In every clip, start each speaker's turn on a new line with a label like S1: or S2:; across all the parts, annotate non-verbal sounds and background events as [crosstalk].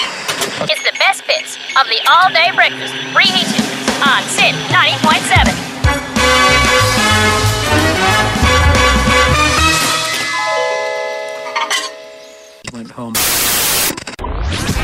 S1: It's the best bits of the all day breakfast, reheated on Sin 90.7.
S2: went home.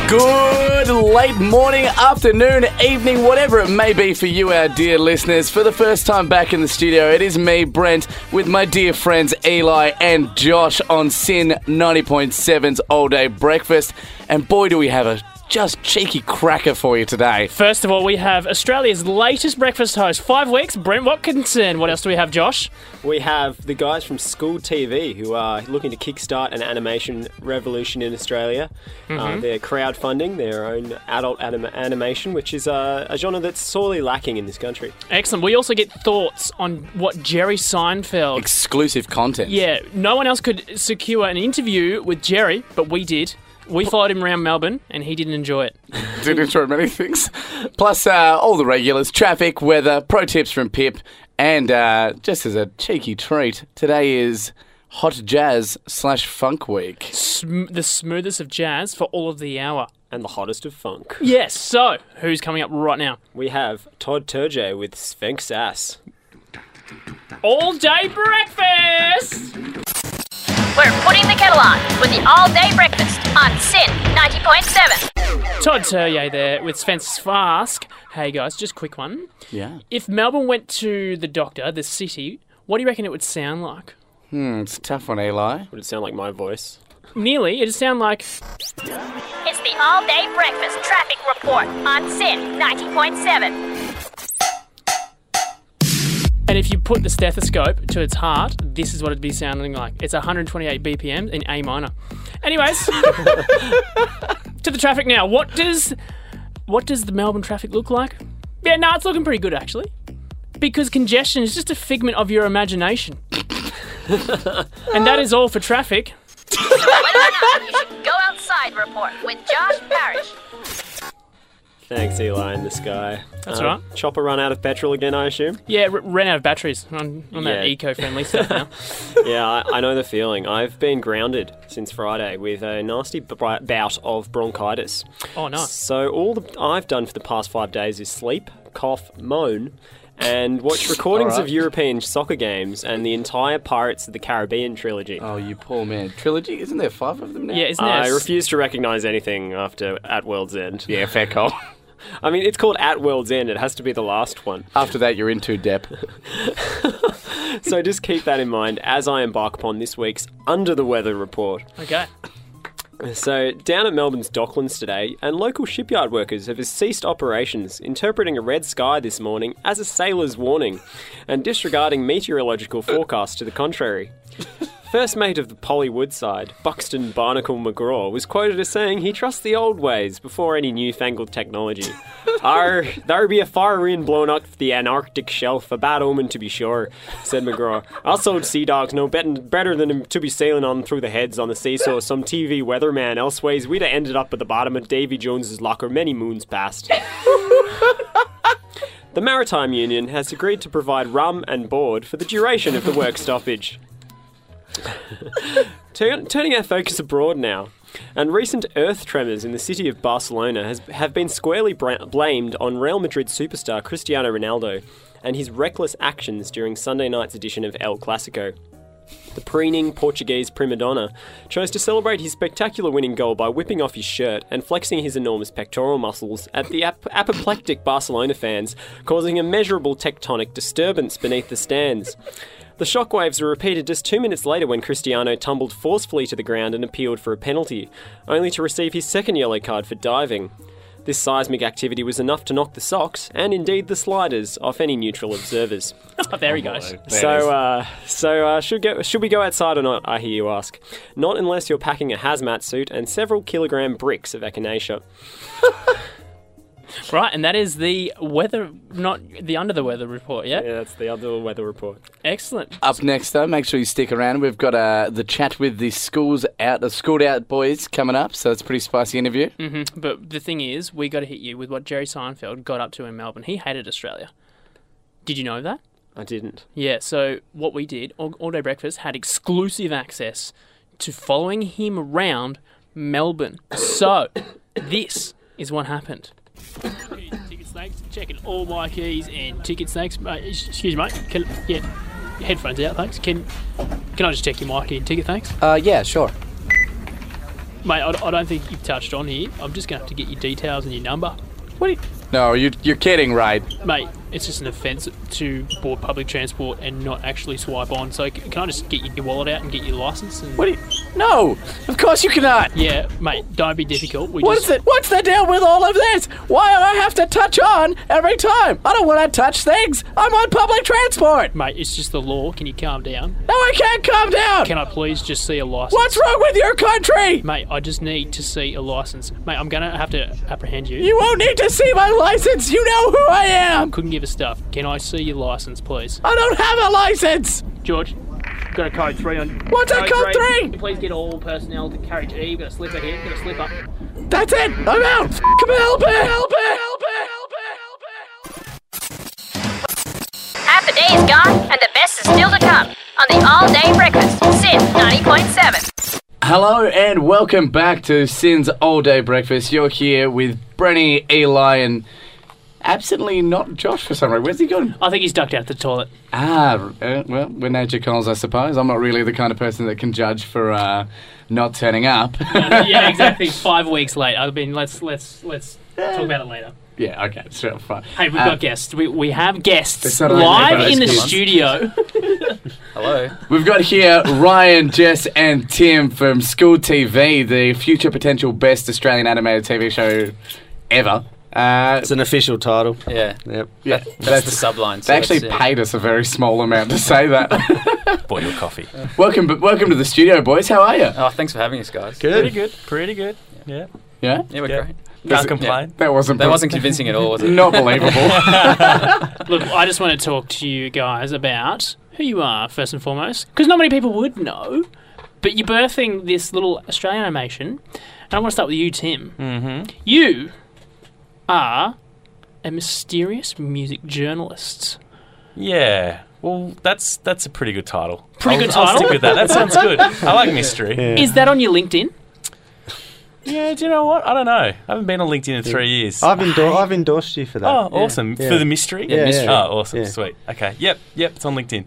S3: Good late morning, afternoon, evening, whatever it may be for you, our dear listeners. For the first time back in the studio, it is me, Brent, with my dear friends Eli and Josh on Sin 90.7's All Day Breakfast. And boy, do we have a just cheeky cracker for you today.
S4: First of all, we have Australia's latest breakfast host, five weeks, Brent Watkinson. What else do we have, Josh?
S5: We have the guys from School TV who are looking to kickstart an animation revolution in Australia. Uh,
S4: Mm-hmm.
S5: they're crowdfunding their own adult anim- animation, which is uh, a genre that's sorely lacking in this country.
S4: Excellent. We also get thoughts on what Jerry Seinfeld.
S3: Exclusive content.
S4: yeah, no one else could secure an interview with Jerry, but we did. We followed him around Melbourne, and he didn't enjoy it.
S3: did enjoy many things. [laughs] Plus, uh, all the regulars, traffic, weather, pro tips from Pip, and uh, just as a cheeky treat, today is Hot Jazz slash Funk Week.
S4: Sm- the smoothest of jazz for all of the hour.
S5: And the hottest of funk.
S4: Yes. So, who's coming up right now?
S5: We have Todd Turgay with Sphinx Ass.
S4: All day breakfast.
S1: We're putting the kettle on with the all day breakfast on Sin 90.7.
S4: Todd Turye there with Sven Fask. Hey guys, just a quick one.
S3: Yeah.
S4: If Melbourne went to the doctor, the city, what do you reckon it would sound like?
S3: Hmm, it's a tough one, Eli.
S5: Would it sound like my voice?
S4: Nearly, it'd sound like
S1: It's the all day breakfast traffic report on Sin 90.7.
S4: And if you put the stethoscope to its heart, this is what it'd be sounding like. It's 128 BPM in A minor. Anyways, [laughs] to the traffic now. What does what does the Melbourne traffic look like? Yeah, no, it's looking pretty good actually. Because congestion is just a figment of your imagination. and that is all for traffic.
S1: Whether or not you should go outside report with Josh Parrish.
S5: Thanks, Eli in the sky.
S4: That's
S5: Um,
S4: all right.
S5: Chopper run out of petrol again, I assume?
S4: [laughs] Yeah, r- ran out of batteries on, on
S5: Yeah.
S4: that eco-friendly stuff now.
S5: yeah, I, I know the feeling. I've been grounded since Friday with a nasty b- bout of bronchitis.
S4: Oh no.
S5: Ah, So all the, I've done for the past five days is sleep, cough, moan, and
S3: [laughs]
S5: watch recordings
S3: All
S5: of
S3: right.
S5: European soccer games and the entire Pirates of the Caribbean trilogy.
S3: Oh, you poor man. Trilogy? Isn't there five of them now?
S4: Yeah, isn't there?
S5: I
S4: s-
S5: refuse to recognise anything after At World's End.
S3: [laughs] Yeah, fair call.
S5: [laughs] I mean, it's called At World's End. It has to be the last one.
S3: After that, you're in too deep. [laughs]
S5: So just keep that in mind as I embark upon this week's Under the Weather report.
S4: Okay.
S5: So, down at Melbourne's Docklands today, and local shipyard workers have ceased operations, interpreting a red sky this morning as a sailor's warning and disregarding meteorological forecasts to the contrary. First mate of the Polly Woodside, Buxton Barnacle McGraw, was quoted as saying he trusts the old ways before any newfangled technology. Arr, there be a far wind blowing up the Antarctic shelf, a bad omen to be sure, said McGraw. Us old sea dogs know better, better than to be sailing on through the heads on the seesaw of some TV weatherman, elseways we'd have ended up at the bottom of Davy Jones's locker many moons past. The Maritime Union has agreed to provide rum and board for the duration of the work stoppage. [laughs] Turn, turning our focus abroad now, and recent earth tremors in the city of Barcelona has, have been squarely bra- blamed on Real Madrid superstar Cristiano Ronaldo and his reckless actions during Sunday night's edition of El Clasico. The preening Portuguese prima donna chose to celebrate his spectacular winning goal by whipping off his shirt and flexing his enormous pectoral muscles at the ap- apoplectic Barcelona fans, causing a measurable tectonic disturbance beneath the stands. The shockwaves were repeated just two minutes later when Cristiano tumbled forcefully to the ground and appealed for a penalty, only to receive his second yellow card for diving. This seismic activity was enough to knock the socks, and indeed the sliders, off any neutral observers.
S4: Oh, there he goes.
S5: So, uh, so uh, should, go, should we go outside or not? I hear you ask. Not unless you're packing a hazmat suit and several kilogram bricks of echinacea.
S4: Right, and that is the weather, not the under the weather report. Yeah.
S5: Yeah, that's the other weather report.
S4: Excellent.
S3: Up next, though, make sure you stick around. We've got uh, the chat with the schools out, the schooled out boys coming up, so it's a pretty spicy interview.
S4: But the thing is, we got to hit you with what Jerry Seinfeld got up to in Melbourne. He hated Australia. Did you know that?
S5: I didn't.
S4: Yeah. So what we did, all, all day breakfast had exclusive access to following him around Melbourne. So this is what happened. ticket snakes, checking all my keys and ticket snakes. Mate, excuse me, mate. Can, yeah, headphones out, thanks. Can can I just check your mic and ticket, thanks?
S2: Uh, yeah, sure.
S4: Mate, I, I don't think you've touched on here. I'm just going to have to get your details and your number.
S6: What? Are you... No, you, you're kidding, right?
S4: Mate, it's just an offence to board public transport and not actually swipe on. So c- can I just get your wallet out and get your licence? And...
S6: What? Are you... No, of course you cannot.
S4: Yeah, mate, don't be difficult. We
S6: What
S4: just...
S6: is it? What's the deal with all of this? Why do I have to touch on every time? I don't want to touch things. I'm on public transport.
S4: Mate, it's just the law. Can you calm down?
S6: No, I can't calm down.
S4: Can I please just see a license?
S6: What's wrong with your country?
S4: Mate, I just need to see a license. Mate, I'm gonna have to apprehend you.
S6: You won't need to see my license. You know who I am.
S4: couldn't give a stuff. Can I see your license, please?
S6: I don't have a license.
S4: George, got a code three on.
S6: What's a code three?
S4: Please get all personnel to carriage E. We've got a slipper here. We've got a slipper.
S6: That's it. I'm out. F- help it. Help it. Help it. Help it. Help it.
S1: Half the day is gone, and the best is still to come on the All Day Breakfast, Sin 90.7.
S6: Hello and welcome back to Sin's All Day Breakfast. You're here with Brenny, Eli, and absently not Josh for some reason. Where's he gone?
S4: I think he's ducked out the toilet.
S6: Ah, uh, well, we're nature calls, I suppose. I'm not really the kind of person that can judge for uh, not turning up.
S4: [laughs]
S6: [laughs]
S4: yeah, [laughs] exactly. Five weeks late. I mean, let's let's let's talk about it later.
S6: yeah, okay, sure, fine.
S4: Hey, we've
S6: Uh,
S4: got guests. We, we have guests
S6: It's not only
S4: live
S6: about
S4: in the
S6: those
S4: studio.
S2: Hello.
S6: We've got here Ryan, Jess, and Tim from School TV, the future potential best Australian animated TV show ever. Uh,
S7: It's an official title.
S2: Yeah.
S7: Yep.
S6: yeah,
S2: That's, the subline. so
S6: They actually
S2: that's it.
S6: paid us a very small amount to
S2: [laughs]
S6: say that.
S8: Boil your coffee.
S6: welcome, b- welcome to the studio, boys. How are you?
S2: Oh, thanks for having us, guys.
S8: Pretty good. Pretty good. Yeah.
S6: Yeah,
S2: Yeah, we're
S8: Yeah.
S2: great.
S8: Can't
S2: Yeah.
S8: complain.
S6: that wasn't
S2: That wasn't convincing at all, was it?
S6: [laughs] not believable.
S2: [laughs]
S4: Look, I just want to talk to you guys about who you are, first and foremost, because not many people would know, but you're birthing this little Australian animation. And I want to start with you, Tim. Mm-hmm. You are a mysterious music journalist.
S8: Yeah. Well, that's that's a pretty good title.
S4: Pretty
S8: I'll-
S4: good
S8: I'll
S4: title.
S8: stick with that. That sounds good. I like
S7: [laughs]
S8: mystery. Yeah.
S4: Is that on your LinkedIn?
S8: Do you know what? I don't know. I haven't been on LinkedIn in three years.
S7: I've, endor- I've endorsed you for that.
S8: oh, awesome
S7: Yeah.
S8: for the mystery.
S7: Yeah, mystery. yeah.
S8: Oh, awesome.
S7: Yeah.
S8: Sweet. Okay. Yep. Yep. It's on LinkedIn.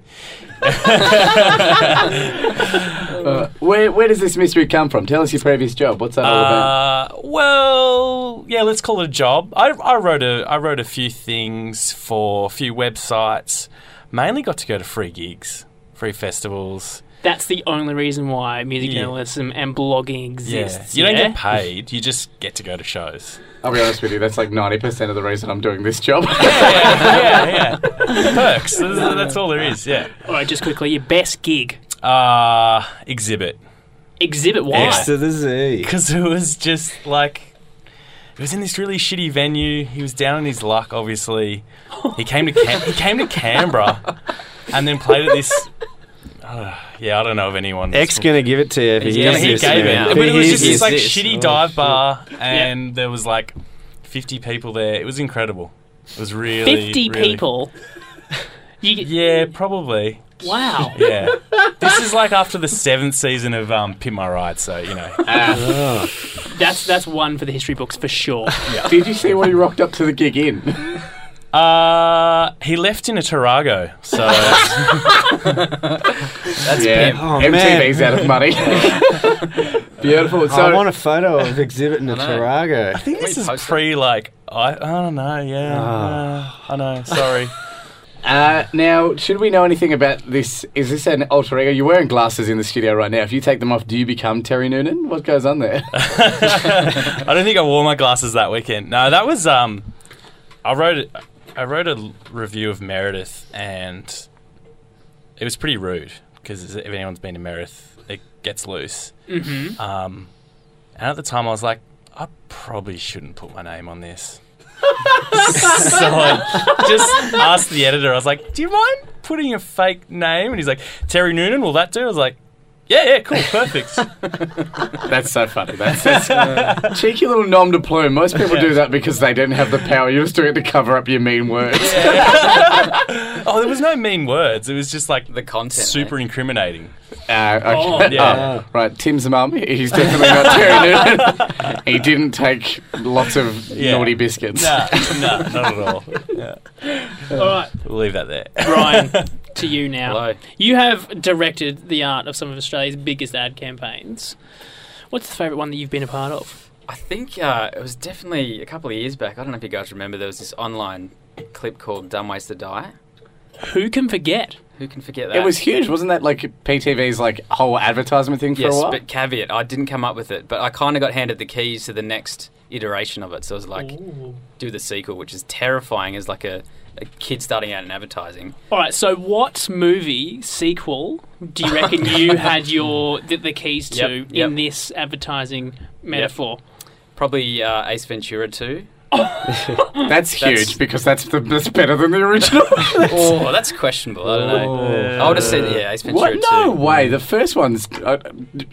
S6: Uh, where, where does this mystery come from? Tell us your previous job. What's that all about?
S8: Uh, well, yeah, let's call it a job. I, I wrote a I wrote a few things for a few websites. Mainly got to go to free gigs, free festivals.
S4: That's the only reason why music
S8: Yeah.
S4: journalism and blogging exists.
S8: You don't
S4: yeah?
S8: get paid. You just get to go to shows.
S6: I'll be honest with you, that's like 90% of the reason I'm doing
S2: [laughs]
S6: this job.
S8: yeah, yeah. [laughs] Perks. That's, that's all there is. Yeah.
S4: All right, just quickly, your best gig.
S8: Uh, [laughs] exhibit.
S4: Exhibit why?
S8: Yes.
S7: To the Z.
S8: Because it was just like. It was in this really shitty venue. He was down on his luck, obviously. He came to Cam- he came to Canberra, and then played at this. uh, yeah, I don't know of anyone.
S7: X gonna give it to you if he
S8: Yeah,
S7: hears
S8: he
S7: this.
S8: gave
S7: man.
S8: it.
S7: If
S8: But it was
S7: hears
S8: just this like
S7: this-
S8: shitty
S7: Oh,
S8: dive
S7: shit.
S8: bar, and there was like 50 people there. It was incredible. It was really
S4: 50
S8: really-
S4: people. You get,
S8: Yeah, probably.
S4: Wow.
S8: Yeah. this is like after the seventh season of um, Pin My Ride, so you know.
S4: That's that's one for the history books for
S8: [laughs]
S4: sure.
S6: [laughs] Did you see what he rocked up to the gig in?
S8: Uh, he left in a Tarago, [laughs] so
S2: That's
S6: Yeah,
S2: pimp.
S7: Oh,
S6: MTV's
S7: man.
S6: out of money.
S7: [laughs]
S6: Beautiful. So,
S7: I want a photo of exhibit in a
S2: know.
S7: Tarago.
S8: I think this
S2: we
S8: is
S2: posted-
S8: pre like I, I don't know. Yeah, uh, I know. Sorry.
S6: uh, now, should we know anything about this? Is this an alter ego? You're wearing glasses in the studio right now. If you take them off, do you become Terry Noonan? What goes on there?
S8: [laughs] I don't think I wore my glasses that weekend. No, that was um, I wrote it. I wrote a l- review of Meredith, and it was pretty rude because if anyone's been to Meredith, it gets loose. Mm-hmm. Um, and at the time, I was like, I probably shouldn't put my name on this. [laughs] so I just asked the editor. I was like, "Do you mind putting a fake name?" And he's like, "Terry Noonan, will that do?" I was like, Yeah, yeah, cool, perfect.
S6: That's so funny. That's, that's cheeky little nom de plume. Most people do that because they don't have the power. You're just doing it to cover up your mean words.
S8: oh, there was no mean words. It was just like
S2: The content.
S8: super incriminating. [laughs]
S6: Uh,
S4: Oh,
S6: okay.
S8: yeah.
S6: Oh, right, Tim's mum. He's definitely not Terry Noonan. he didn't take lots of
S8: Yeah.
S6: naughty biscuits.
S8: No, no, [laughs] not at all. Yeah.
S4: All right,
S8: We'll leave that there.
S4: Brian, to you now.
S2: Hello.
S4: You have directed the art of some of Australia's biggest ad campaigns. What's the favourite one that you've been a part of?
S2: I think uh, it was definitely a couple of years back. I don't know if you guys remember. There was this online clip called "Dumb Ways to Die."
S4: Who can forget?
S2: Who can forget that?
S6: It was huge, wasn't that like PTV's like whole advertisement thing for
S2: yes,
S6: a while?
S2: but caveat: I didn't come up with it, but I kind of got handed the keys to the next iteration of it. So I was like, do the sequel, which is terrifying as like a, a kid starting out in advertising.
S4: All right, so what movie sequel do you reckon you had your the, the keys to
S2: Yep, yep.
S4: in this advertising metaphor?
S2: Probably uh, Ace Ventura Two.
S6: that's huge
S2: That's-
S6: because that's the, that's better than the original. [laughs]
S2: Oh, that's questionable. I don't know.
S8: Oh.
S2: I would have said yeah, Ace
S6: what?
S2: Ventura
S6: No
S2: Two.
S6: way. The first one's. Uh,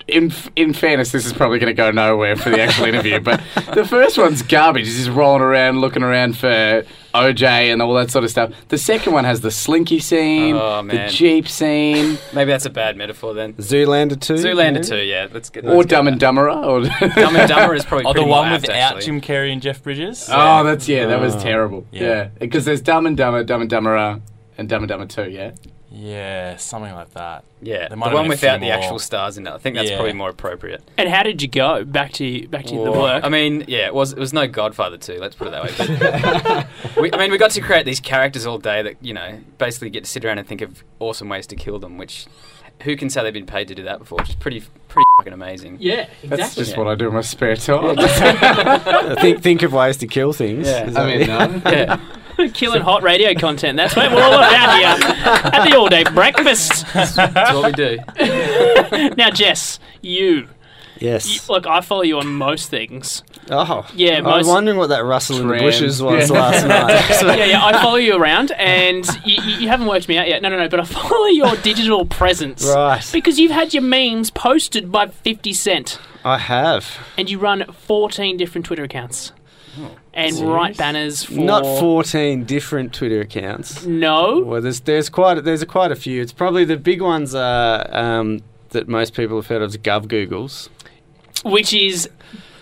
S6: in in fairness, this is probably going to go nowhere for the actual interview, but the first one's garbage. He's just rolling around, looking around for OJ and all that sort of stuff. The second one has the slinky scene,
S2: Oh,
S6: the
S2: man.
S6: jeep scene.
S2: Maybe that's a bad metaphor then.
S7: Zoolander 2?
S2: Zoolander Two, yeah, let's get
S6: Or
S2: let's get
S6: Dumb
S2: that.
S6: and Dumberer, or [laughs]
S2: Dumb and Dumber is probably
S8: Oh, the
S2: pretty
S8: one
S2: more apt,
S8: without
S2: actually.
S8: Jim Carrey and Jeff Bridges.
S6: oh, that's yeah, that was terrible.
S8: Yeah.
S6: Yeah, because there's Dumb and Dumber, Dumb and Dumberer, and Dumb and Dumber Two. Yeah,
S8: yeah, something like that.
S2: Yeah, the
S8: There might have
S2: one
S8: been a few
S2: without the
S8: more.
S2: actual stars in it. I think that's
S8: Yeah.
S2: probably more appropriate.
S4: And how did you go back to back to the work?
S2: I mean, yeah, it was it was no Godfather two. Let's put it that way. [laughs] we, I mean, we got to create these characters all day that you know basically get to sit around and think of awesome ways to kill them. Which who can say they've been paid to do that before? Which is pretty pretty fucking amazing.
S4: yeah,
S6: that's
S4: exactly.
S6: just what I do in my spare time.
S7: Uh, think, think of ways to kill things.
S2: Yeah.
S7: Is
S6: [laughs] I
S7: that-
S6: mean, no.
S2: Yeah.
S4: [laughs] Killing hot radio content. That's what we're all about here at the all day breakfast. [laughs]
S2: That's what we do.
S4: Now, Jess, you, you
S7: yes.
S4: look. I follow you on most things.
S7: Oh.
S4: Yeah,
S7: I
S4: [laughs]
S7: was
S4: most-
S7: wondering what that rustle in the
S6: Trend.
S7: bushes
S4: [laughs]
S7: was
S6: Yeah.
S7: last night. So-
S4: Yeah, yeah. I follow you around, and you, you you haven't worked me out yet. No, no, no. But I follow your digital presence.
S7: Right.
S4: Because you've had your memes posted by 50 Cent,
S7: I have.
S4: and you run 14 different Twitter accounts, and write banners for
S7: Oh, Not 14 different Twitter accounts.
S4: no.
S7: Well, there's there's quite a, there's a, quite a few. It's probably the big ones are um, that most people have heard of is GovGoogles.
S4: which is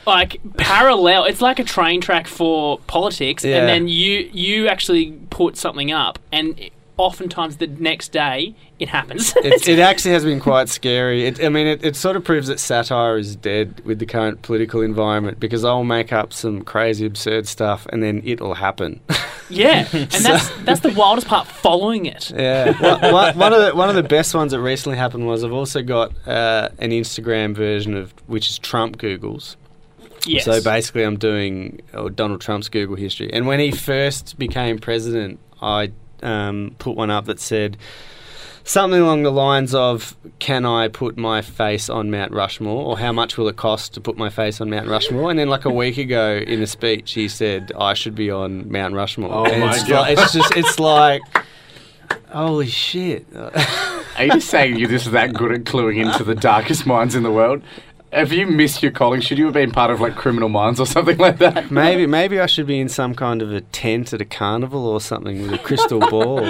S4: like parallel. It's like a train track for politics,
S7: Yeah.
S4: and then you you actually put something up, and it- oftentimes the next day it happens.
S7: It,
S4: [laughs]
S7: it actually has been quite scary. It, I mean, it, it sort of proves that satire is dead with the current political environment because I'll make up some crazy, absurd stuff and then it'll happen.
S4: yeah,
S7: [laughs]
S4: and that's that's the wildest part. Following it,
S7: Yeah, [laughs] one, one, one of the one of the best ones that recently happened was I've also got uh, an Instagram version of which is Trump Google's.
S4: yes.
S7: So basically, I'm doing oh, Donald Trump's Google history. And when he first became president, I um, put one up that said something along the lines of "Can I put my face on Mount Rushmore?" or "How much will it cost to put my face on Mount Rushmore?" And then, like a week ago, in a speech, he said, "I should be on Mount Rushmore."
S6: Oh
S7: and
S6: my
S7: it's
S6: God.
S7: Like, it's just
S6: [laughs]
S7: it's like. Holy shit!
S6: Are you saying you're just that good at cluing into the darkest minds in the world? Have you missed your calling? Should you have been part of like Criminal Minds or something like that?
S7: Maybe maybe I should be in some kind of a tent at a carnival or something with a crystal ball.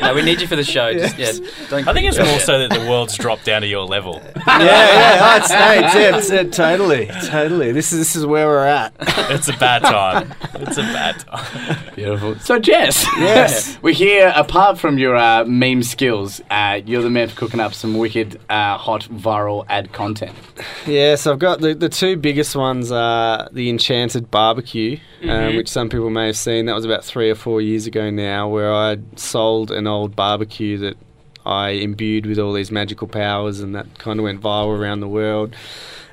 S2: No, we need you for the show. Just, yeah, don't
S8: I think it's more so [laughs] that the world's dropped down to your level.
S7: yeah, [laughs] yeah, oh, it's, no, it's, it, it's it, totally, totally. This is this is where we're at.
S8: It's a bad time. It's a bad [laughs] time.
S6: Beautiful. So Jess,
S7: Yes.
S6: [laughs] we're here. Apart from your uh, meme skills, uh, you're the man for cooking up some wicked, uh, hot viral ad content.
S7: [laughs] Yeah, so I've got the, the two biggest ones are the Enchanted Barbecue, uh, which some people may have seen. That was about three or four years ago now, where I sold an old barbecue that I imbued with all these magical powers, and that kind of went viral around the world.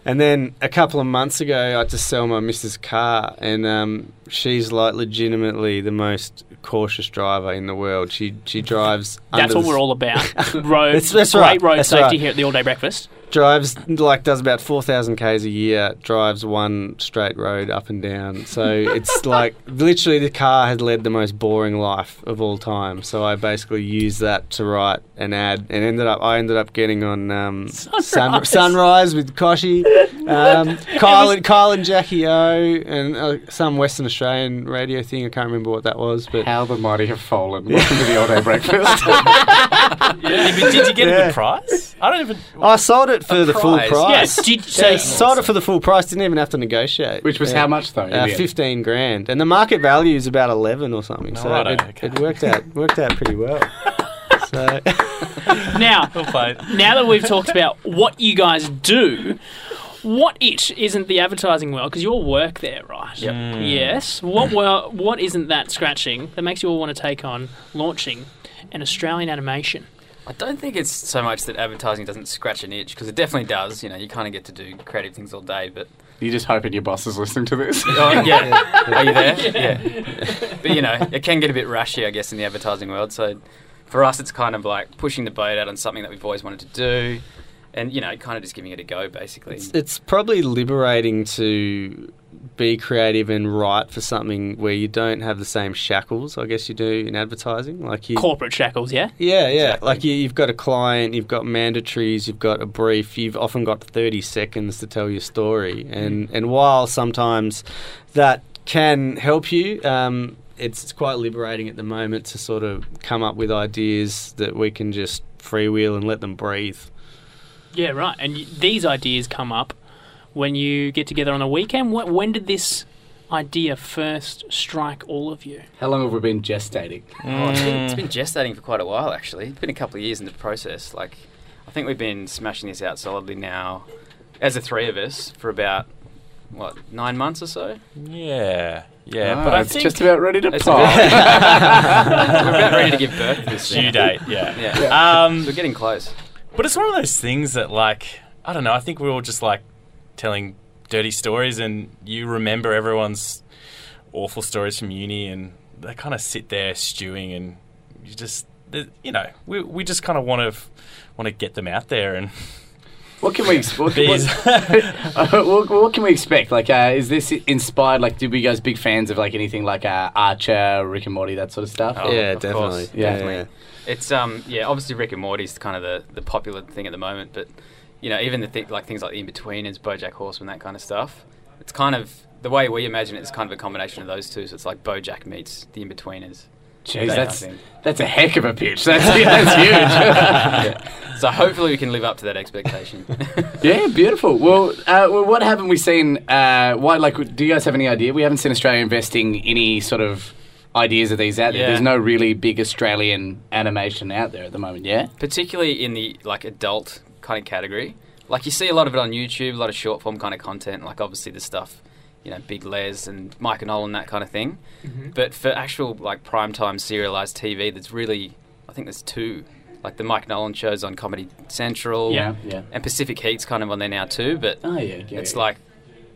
S7: And then a couple of months ago, I had to sell my missus' car, and um, she's like legitimately the most cautious driver in the world. She she drives.
S4: That's
S7: under
S4: what
S7: the-
S4: we're all about. Road,
S7: [laughs] That's- that's
S4: great
S7: right,
S4: road
S7: that's
S4: safety
S7: right.
S4: here at the All Day Breakfast.
S7: drives like does about four thousand k's a year. Drives one straight road up and
S4: [laughs]
S7: down. So it's like literally the car has led the most boring life of all time. So I basically used that to write an ad, and ended up I ended up getting on um, Sun,
S4: Sunrise.
S7: Sunrise with Koshi,
S4: [laughs]
S7: um, Kyle, and Kyle and Jackie O, and uh, some Western Australian radio thing. I can't remember what that was, but
S6: How the mighty have fallen. Welcome to the all day breakfast.
S8: Yeah, but did you get a
S7: Yeah.
S8: good price? I don't even.
S6: Oh,
S7: I sold it for the full
S2: prize.
S7: price.
S4: Yes. Did,
S7: So
S4: so,
S7: yeah, sold it for the full price. Didn't even have to negotiate.
S6: Which was
S7: Yeah.
S6: how much though? in the
S7: Uh,
S6: end?
S7: fifteen grand, and the market value is about eleven or something. So
S8: Alrighto,
S7: it,
S8: okay.
S7: it worked out worked out pretty well. so
S4: now,
S6: [laughs]
S8: We'll play it.
S4: now that we've talked about what you guys do, what it isn't the advertising world? Because you all work there, right? Yes. What well, what isn't that scratching that makes you all want to take on launching an Australian animation?
S2: I don't think it's so much that advertising doesn't scratch an itch because it definitely does. You know, you kind of get to do creative things all day, but
S6: You're just hoping your boss is listening to this.
S2: oh, [laughs] yeah, are you there? Yeah. but you know, it can get a bit rushy, I guess, in the advertising world. So for us, it's kind of like pushing the boat out on something that we've always wanted to do, and you know, kind of just giving it a go, basically.
S7: it's probably liberating to be creative and write for something where you don't have the same shackles. I guess you do in advertising. Like you,
S4: Corporate shackles, yeah.
S7: Yeah, yeah. Like you, you've got a client, you've got mandatories, you've got a brief. You've often got thirty seconds to tell your
S2: Mm-hmm.
S7: story, and and while sometimes that can help you, um, it's, it's quite liberating at the moment to sort of come up with ideas that we can just freewheel and let them breathe.
S4: Yeah, right. And y- these ideas come up when you get together on a weekend. Wh- When did this idea first strike all of you?
S6: How long have we been gestating?
S2: Oh, it's, been, it's been gestating for quite a while, actually. It's been a couple of years in the process. Like, I think we've been smashing this out solidly now, as the three of us, for about what nine months or so. [laughs]
S8: Yeah, yeah,
S6: Ah,
S8: but I
S6: it's
S8: think
S6: just about ready to
S2: It's
S6: pop.
S2: We're about ready to give birth to this
S8: due
S2: thing.
S8: date. Yeah.
S2: Yeah,
S8: Um,
S2: we're getting close.
S8: But it's one of those things that, like, I don't know. I think we're all just like telling dirty stories, and you remember everyone's awful stories from uni, and they kind of sit there stewing, and you just, the- you know, we we just kind of want to want to get them out there and
S6: [laughs] What can we what,
S8: be
S6: what, [laughs] what, what can we expect? Like, uh, is this inspired? Like, did we guys big fans of like anything like uh, Archer, Rick and Morty, that sort of stuff?
S2: Oh,
S7: yeah,
S2: of
S7: definitely.
S2: course,
S7: yeah,
S6: definitely.
S7: yeah.
S2: It's um yeah, obviously Rick and Morty's kind of the, the popular thing at the moment, but you know even the th- like things like the In Betweeners, BoJack Horseman, that kind of stuff. It's kind of the way we imagine it is kind of a combination of those two. So it's like BoJack meets the In Betweeners.
S6: Jeez,
S2: Yeah,
S6: that's [laughs]
S2: I think.
S6: that's a heck of a pitch. [laughs]
S2: [laughs]
S6: That's that's huge. [laughs]
S2: So hopefully we can live up to that expectation.
S6: Yeah, beautiful. Well, uh, well, what haven't we seen? Uh, why, like, do you guys have any idea? We haven't seen Australia investing any sort of ideas of these out there.
S2: Yeah.
S6: There's no really big Australian animation out there at the moment. Yeah,
S2: Particularly in the like adult kind of category. Like you see a lot of it on YouTube, a lot of short form kind of content, like obviously the stuff, you know, Big Les and Mike and Nolan, that kind of thing.
S6: Mm-hmm.
S2: But for actual like primetime serialized TV, there's really, I think there's two, like the Mike Nolan shows on Comedy Central,
S6: yeah, yeah.
S2: and Pacific Heat's kind of on there now too. But
S6: Oh yeah, yeah
S2: it's
S6: yeah.
S2: like,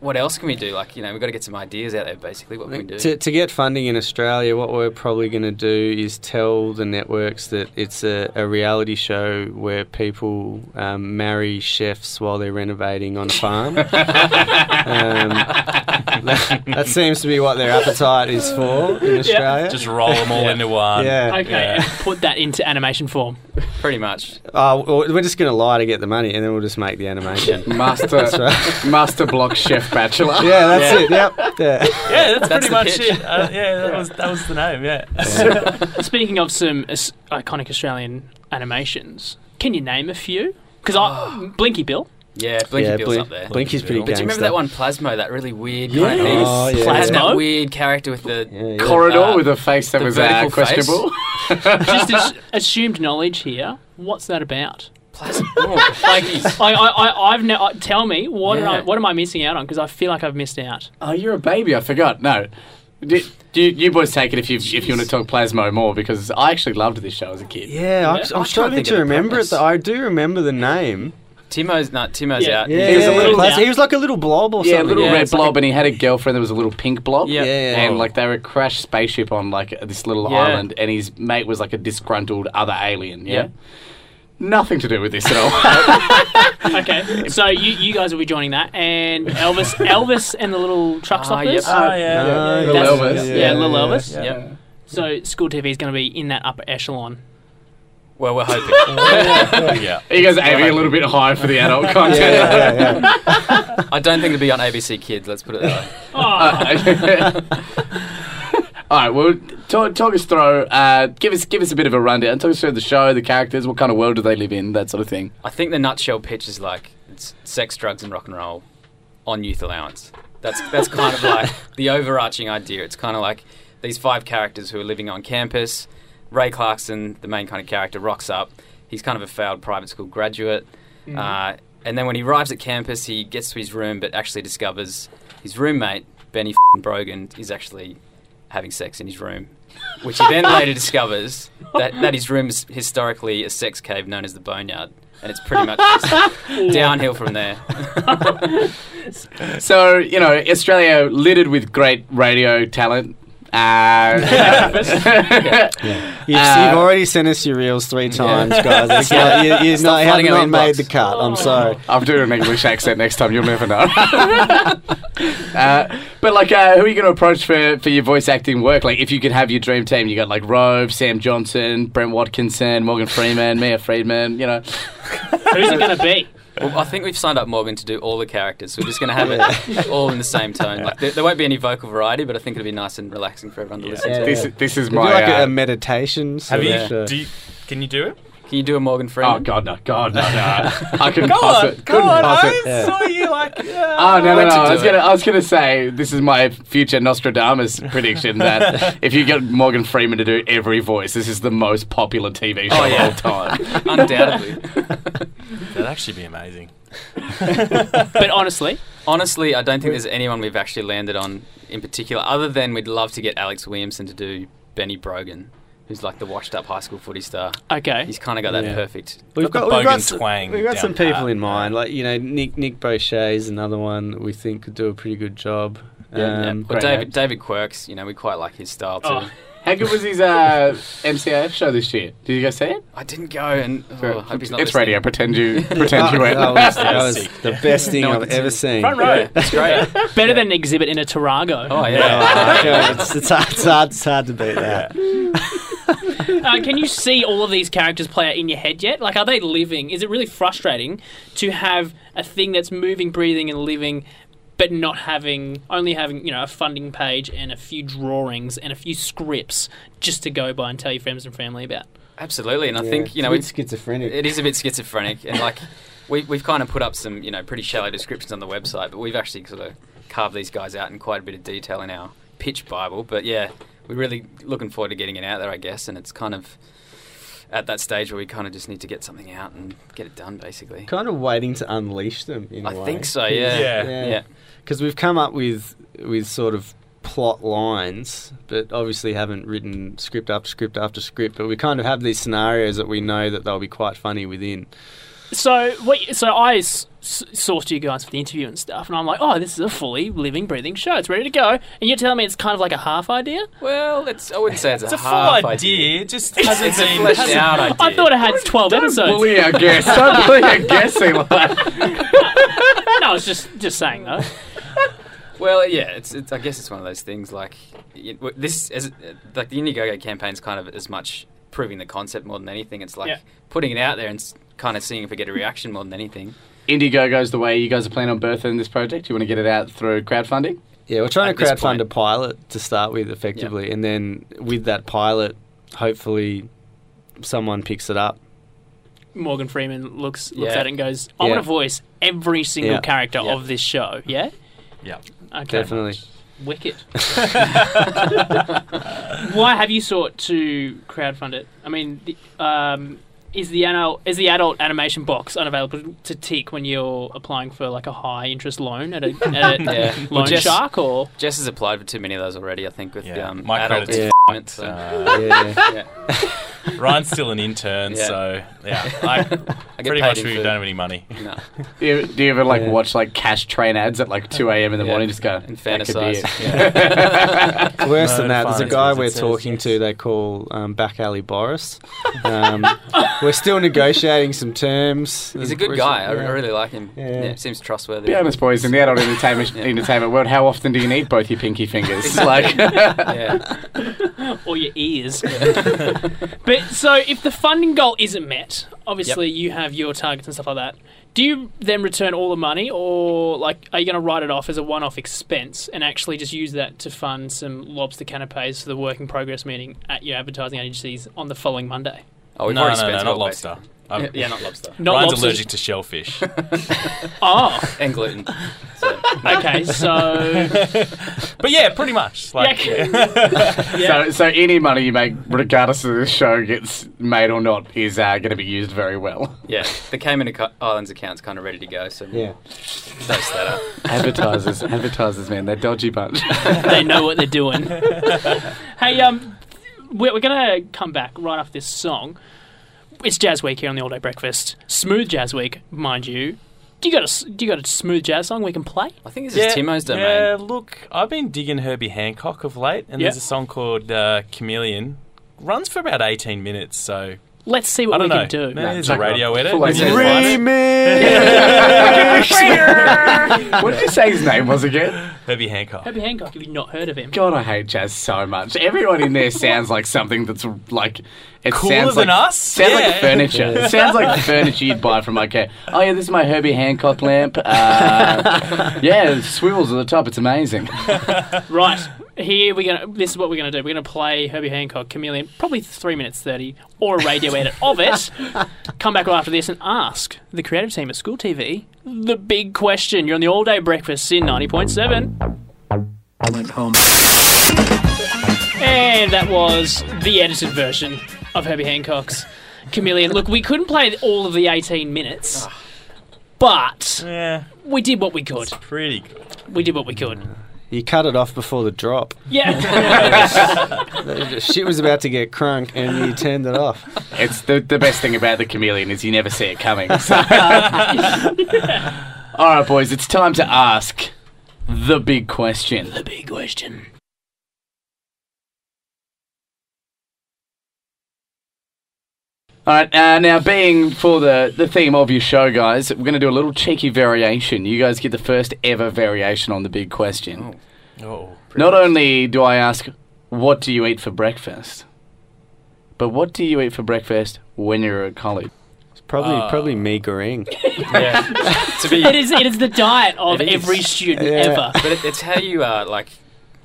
S2: what else can we do? Like you know, we've got to get some ideas out there. Basically, what can we do?
S7: To, to get funding in Australia, what we're probably going to do is tell the networks that it's a, a reality show where people um, marry chefs while they're renovating on
S2: [laughs]
S7: a farm. um, that, that seems to be what their appetite is for in Australia.
S8: [laughs] just roll them all into one.
S7: Uh, yeah.
S4: Okay, put that into animation form.
S2: Pretty much.
S7: Oh, well, we're just going to lie to get the money and then we'll just make the animation.
S2: [laughs]
S6: master master block chef bachelor.
S7: yeah, that's
S2: [laughs]
S7: it. Yep. Yeah.
S8: Yeah, that's,
S2: That's
S8: pretty
S2: the
S8: much
S2: pitch.
S8: it. Uh, yeah, that was that was the name. Yeah,
S4: Speaking of some as- iconic Australian animations, can you name a few? Because I Blinky Bill,
S2: Yeah, Blinky
S7: yeah,
S2: Bill's
S7: Blink-
S2: up there.
S7: Blinky's pretty
S2: But
S7: gangster.
S2: do you remember that one Plasmo? That really weird kind of thing.
S7: Oh, yeah.
S2: It has
S4: Plasmo?
S2: that weird character with the
S7: Yeah, yeah.
S6: Corridor
S2: Uh,
S6: with a face that
S2: the
S6: was uh,
S2: vertical face.
S6: questionable.
S4: just as- assumed knowledge here. What's that about?
S2: plasma. [laughs] Oh, like,
S4: I, I, I I've no, tell me what am I,
S2: Yeah.
S4: what am I missing out on? Because I feel like I've missed out.
S6: Oh, you're a baby. I forgot. No. Do, do you, you boys take it if you if you want to talk Plasmo more because I actually loved this show as a kid.
S7: Yeah, I'm, I'm
S2: can't
S7: struggling
S2: think
S7: to
S2: of the
S7: remember it.
S2: premise.
S7: Though. I do remember the name.
S2: Timo's not Timo's
S4: Yeah.
S2: out.
S7: Yeah,
S6: He was a
S7: yeah,
S6: little-
S7: Plas- he was like a little blob or
S6: Yeah, a
S7: something.
S6: little
S2: Yeah,
S6: red
S2: it's like
S6: blob, and he had a girlfriend that was a little pink blob.
S2: Yeah.
S7: Yeah.
S6: And like they were a crash spaceship on like this little
S2: Yeah.
S6: island, and his mate was like a disgruntled other alien. Yeah. nothing to do with this at
S2: [laughs]
S6: all.
S4: Okay, so you, you guys will be joining that, and Elvis, Elvis, and the little truck
S2: Ah,
S4: stoppers.
S2: yep.
S8: Oh, yeah.
S7: Little
S4: That's-
S6: Elvis.
S4: Yeah, Little Elvis.
S8: Yeah.
S2: Yep.
S4: So school TV is going to be in that upper echelon.
S2: Well, we're hoping.
S8: yeah.
S6: you guys are aiming a little bit high for the
S2: [laughs]
S6: adult content.
S2: I don't think it'll be on ABC Kids. Let's put it that way.
S6: All right. Well, talk, talk us through. Uh, give us give us a bit of a rundown. Talk us through the show, the characters, what kind of world do they live in, that sort of thing.
S2: I think the nutshell pitch is like it's sex, drugs, and rock and roll on youth allowance. That's that's kind of like the overarching idea. It's kind of like these five characters who are living on campus. Ray Clarkson, the main kind of character, rocks up. He's kind of a failed private school graduate. Uh, and then when he arrives at campus, he gets to his room, but actually discovers his roommate Benny f***ing Brogan is actually having sex in his room, which he then later discovers that, that his room is historically a sex cave known as the Boneyard, and it's pretty much
S6: [laughs]
S2: just downhill from there.
S6: So you know, Australia littered with great radio talent.
S7: [laughs]
S6: Uh,
S7: You've,
S6: Uh,
S7: you've already sent us your reels three [laughs] times, guys. It's not, you, you not, have
S2: flooding our
S7: not made
S2: inbox.
S7: the cut. I'm sorry.
S6: I'll do an English accent next time. You'll never know. [laughs] uh, but like, uh, who are you going to approach for, for your voice acting work? Like, if you could have your dream team, you got like Rove, Sam Johnson, Brent Watkinson, Morgan Freeman, Mia Friedman. You know,
S4: Who's it going to be?
S2: Well, I think we've signed up Morgan to do all the characters. We're just going to have it all in the same tone. Like, there, there won't be any vocal variety, but I think it'll be nice and relaxing for everyone to listen to.
S6: this this is
S7: It'd be
S6: my.
S7: like a, um,
S6: uh,
S7: a meditation. sort
S8: Have you,
S7: of, uh,
S8: do you, can you do it?
S2: Can you do a Morgan Freeman?
S6: oh God, no, God, no, no. I couldn't pass it.
S8: Go
S6: Couldn't
S8: on,
S6: pass
S8: I
S6: it.
S7: Yeah.
S8: saw you like.
S6: Oh no, no, no!
S2: to
S6: I
S2: do
S6: was
S2: it.
S6: gonna, I was gonna say this is my future Nostradamus prediction that if you get Morgan Freeman to do every voice, this is the most popular TV show
S2: Oh, yeah.
S6: of all time.
S2: [laughs] Undoubtedly.
S8: That'd actually be amazing.
S4: But honestly,
S2: Honestly, I don't think there's anyone we've actually landed on in particular, other than we'd love to get Alex Williamson to do Benny Brogan, who's like the washed up high school footy star. [laughs]
S4: okay,
S2: He's kind of got that
S7: Yeah.
S2: perfect.
S7: We've
S8: Got the
S7: got, we've
S8: Bogan
S7: got, some,
S8: twang
S7: we've got
S8: down
S7: some people
S8: pat.
S7: in mind, like you know Nick Nick Bochet is another one that we think could do a pretty good job.
S6: Yeah,
S7: um,
S2: But
S6: Great
S2: David,
S6: names.
S2: David Quirks, you know, we quite like his style too.
S4: Oh.
S6: How good was his uh, MCAF show this year? Did you guys see it?
S2: I didn't go, and oh, I hope he's not
S6: it's
S2: listening.
S6: radio.
S2: [laughs]
S6: Pretend you pretend
S7: that,
S6: you went.
S7: that was, that was
S8: Sick.
S7: the best thing
S2: No one
S7: I've
S2: can
S7: ever
S2: see
S7: seen.
S8: Front row.
S2: It's great.
S4: better than an exhibit in a Tarago.
S2: Oh yeah.
S7: [laughs] Oh, okay, it's, it's, hard, it's, hard, it's hard to beat that.
S4: Uh, can you see all of these characters play out in your head yet? Like, are they living? Is it really frustrating to have a thing that's moving, breathing, and living, but not having only having you know a funding page and a few drawings and a few scripts just to go by and tell your friends and family about?
S2: Absolutely, and I
S7: Yeah,
S2: think you know
S7: it's
S2: it's
S7: a bit schizophrenic.
S2: it is a bit schizophrenic, and like we, we've kind of put up some you know pretty shallow descriptions on the website, but we've actually sort of carved these guys out in quite a bit of detail in our pitch bible. But yeah, we're really looking forward to getting it out there, I guess, and it's kind of at that stage where we kind of just need to get something out and get it done, basically.
S7: kind of waiting to unleash them in a
S2: I
S7: way.
S2: think so. Yeah.
S8: Yeah.
S2: Yeah.
S7: because we've come up with with sort of plot lines, but obviously haven't written script after script after script. But we kind of have these scenarios that we know that they'll be quite funny within.
S4: So, what, so I s- s- sourced you guys for the interview and stuff, and I'm like, oh, this is a fully living, breathing show. It's ready to go, and you're telling me it's kind of like a half idea.
S2: Well, it's I wouldn't say it's,
S8: It's
S2: a,
S8: a full
S2: half
S8: idea. It just [laughs] hasn't
S2: It's a
S8: been.
S2: fleshed
S8: hasn't-
S2: out idea.
S4: I thought it had 12 episodes.
S6: Bully our
S2: [laughs]
S6: guest. Don't bully our guest, Eli.
S4: no, I was just just saying though.
S2: Well, yeah, it's, it's I guess it's one of those things. Like y- w- this, as like the Indiegogo campaign's kind of as much proving the concept more than anything. It's like
S4: Yeah.
S2: putting it out there and s- kind of seeing if we get a reaction more than anything.
S6: Indiegogo's the way you guys are planning on birthing this project. You want to get it out through crowdfunding?
S7: Yeah, we're trying
S2: At
S7: to
S2: this
S7: crowdfund
S2: point.
S7: a pilot to start with, effectively, and then with that pilot, hopefully, someone picks it up.
S4: Morgan Freeman looks looks
S2: Yeah.
S4: at it and goes, "I
S7: Yeah.
S4: want to voice every single
S7: Yeah.
S4: character
S2: Yeah.
S4: of this show." Yeah.
S8: Yeah.
S4: Okay.
S7: Definitely.
S2: [laughs]
S4: Wicked. [laughs] Why have you sought to crowdfund it? I mean, the, um, is the adult is the adult animation box unavailable to tick when you're applying for like a high interest loan at a, at
S2: [laughs]
S4: a
S2: Yeah.
S4: loan
S2: Well, Jess-
S4: shark or?
S2: Jess has applied for too many of those already. I think with
S8: Yeah.
S2: um,
S8: My
S2: adult
S8: credit's
S2: [laughs] employment, so-
S8: Uh,
S7: yeah.
S8: Ryan's still an intern,
S2: Yeah.
S8: so yeah,
S2: I
S8: I,
S2: [laughs] get paid
S8: pretty much
S2: in
S8: we
S2: food.
S8: don't have any money.
S2: No.
S6: Do you, do you ever like
S7: Yeah.
S6: watch like cash train ads at like [laughs] 2 a.m. in the
S2: Yeah.
S6: morning? Just go
S2: And
S6: "That could
S2: [laughs]
S6: be
S2: fantasize.
S6: it."
S2: Yeah.
S7: Worse
S8: No,
S7: than that, there's a
S8: finance
S7: guy
S8: was it
S7: we're
S8: says,
S7: talking
S8: yes.
S7: to. They call um, Back
S2: [laughs]
S7: Alley Boris. Um, we're still negotiating some terms.
S2: He's a good guy. I,
S7: Yeah.
S2: I really like him.
S7: Yeah.
S2: Yeah. seems trustworthy.
S6: [laughs] Be honest, boys, in the adult
S2: [laughs]
S6: entertainment,
S2: Yeah.
S6: entertainment world, how often do you need both your pinky fingers? [laughs] like,
S2: Yeah.
S4: or your ears. [laughs] but so, if the funding goal isn't met, obviously you have your targets and stuff like that. Do you then return all the money, or like are you going to write it off as a one-off expense and actually just use that to fund some lobster canapes for the work in progress meeting at your advertising agencies on the following Monday?
S2: [laughs] Oh, we've
S8: no,
S2: already
S8: no,
S2: spent
S8: no,
S2: it
S8: not
S2: all,
S8: lobster. Um,
S2: basically. [laughs] Yeah, yeah, not lobster.
S4: Not
S8: Ryan's
S4: lobsters-
S8: allergic to shellfish.
S4: Oh,
S2: And [laughs] gluten.
S4: okay.
S8: [laughs]
S4: So
S8: but yeah, pretty much. Like,
S4: [laughs] Yeah.
S6: so, so any money you make, regardless of the show gets made or not, is uh, going to be used very well.
S2: Yeah, the Cayman Ac- Islands account's kind of ready to go, so
S7: Yeah.
S2: we'll dose that up.
S6: Advertisers, advertisers, man, they're dodgy bunch. [laughs]
S4: they know what they're
S8: [laughs]
S4: doing. hey, um, we're, we're gonna come back right after this song. It's Jazz Week here on the All Day Breakfast. Smooth Jazz Week, mind you. Do you got a s- do you got a smooth jazz song we can play?
S2: I think this
S8: yeah,
S2: is Timo's domain.
S8: Yeah, look, I've been digging Herbie Hancock of late, and
S4: Yeah.
S8: there's a song called uh, Chameleon. Runs for about 18 minutes, so
S4: Let's see
S8: I
S4: what
S8: don't
S4: we
S8: know.
S4: can do.
S8: Maybe there's a radio edit.
S6: Full
S8: Maybe
S6: on
S8: there's-
S6: [laughs] what did you say his name was again?
S8: Herbie Hancock.
S4: Herbie Hancock, if you've not heard of him,
S6: God, I hate jazz so much. Everyone in there sounds like something that's like it
S8: Cooler
S6: sounds
S8: than
S6: like,
S8: us?
S6: Sounds
S8: Yeah.
S6: like furniture. It [laughs] sounds like furniture you'd buy from IKEA. Oh yeah, this is my Herbie Hancock lamp.
S8: [laughs]
S6: Uh, yeah, it swivels at the top. It's amazing.
S4: right here we're gonna. This is what we're gonna do. We're gonna play Herbie Hancock, Chameleon, probably three minutes thirty, or a radio edit of
S8: [laughs]
S4: it. Come back right after this and ask the creative team at School TV the big question. You're on the All Day Breakfast in ninety point seven. And that was the edited version of Herbie Hancock's Chameleon. Look, we couldn't play all of the 18 minutes, but
S8: Yeah,
S4: we did what we could.
S8: pretty good.
S4: We did what we could.
S7: You cut it off before the drop. [laughs]
S4: Yeah.
S7: Shit was about to get crunk,
S2: [laughs]
S7: and you turned it off.
S6: It's the, the best thing about the chameleon is you never see it coming.
S8: [laughs]
S6: So. [laughs] All right, boys, it's time to ask the big question. The big question. All right, uh, now being for the, the theme of your show, guys, we're going to do a little cheeky variation. You guys get the first ever variation on the big question.
S8: Oh,
S6: Not only do I ask, what do you eat for breakfast? But what do you eat for breakfast when you're at college?
S7: It's probably
S8: Uh.
S7: probably me goreng.
S2: Yeah. to
S7: [laughs]
S2: be,
S4: it, is, it is the diet of
S2: It is.
S4: every student
S7: Yeah.
S4: ever.
S2: but it, it's how you uh, like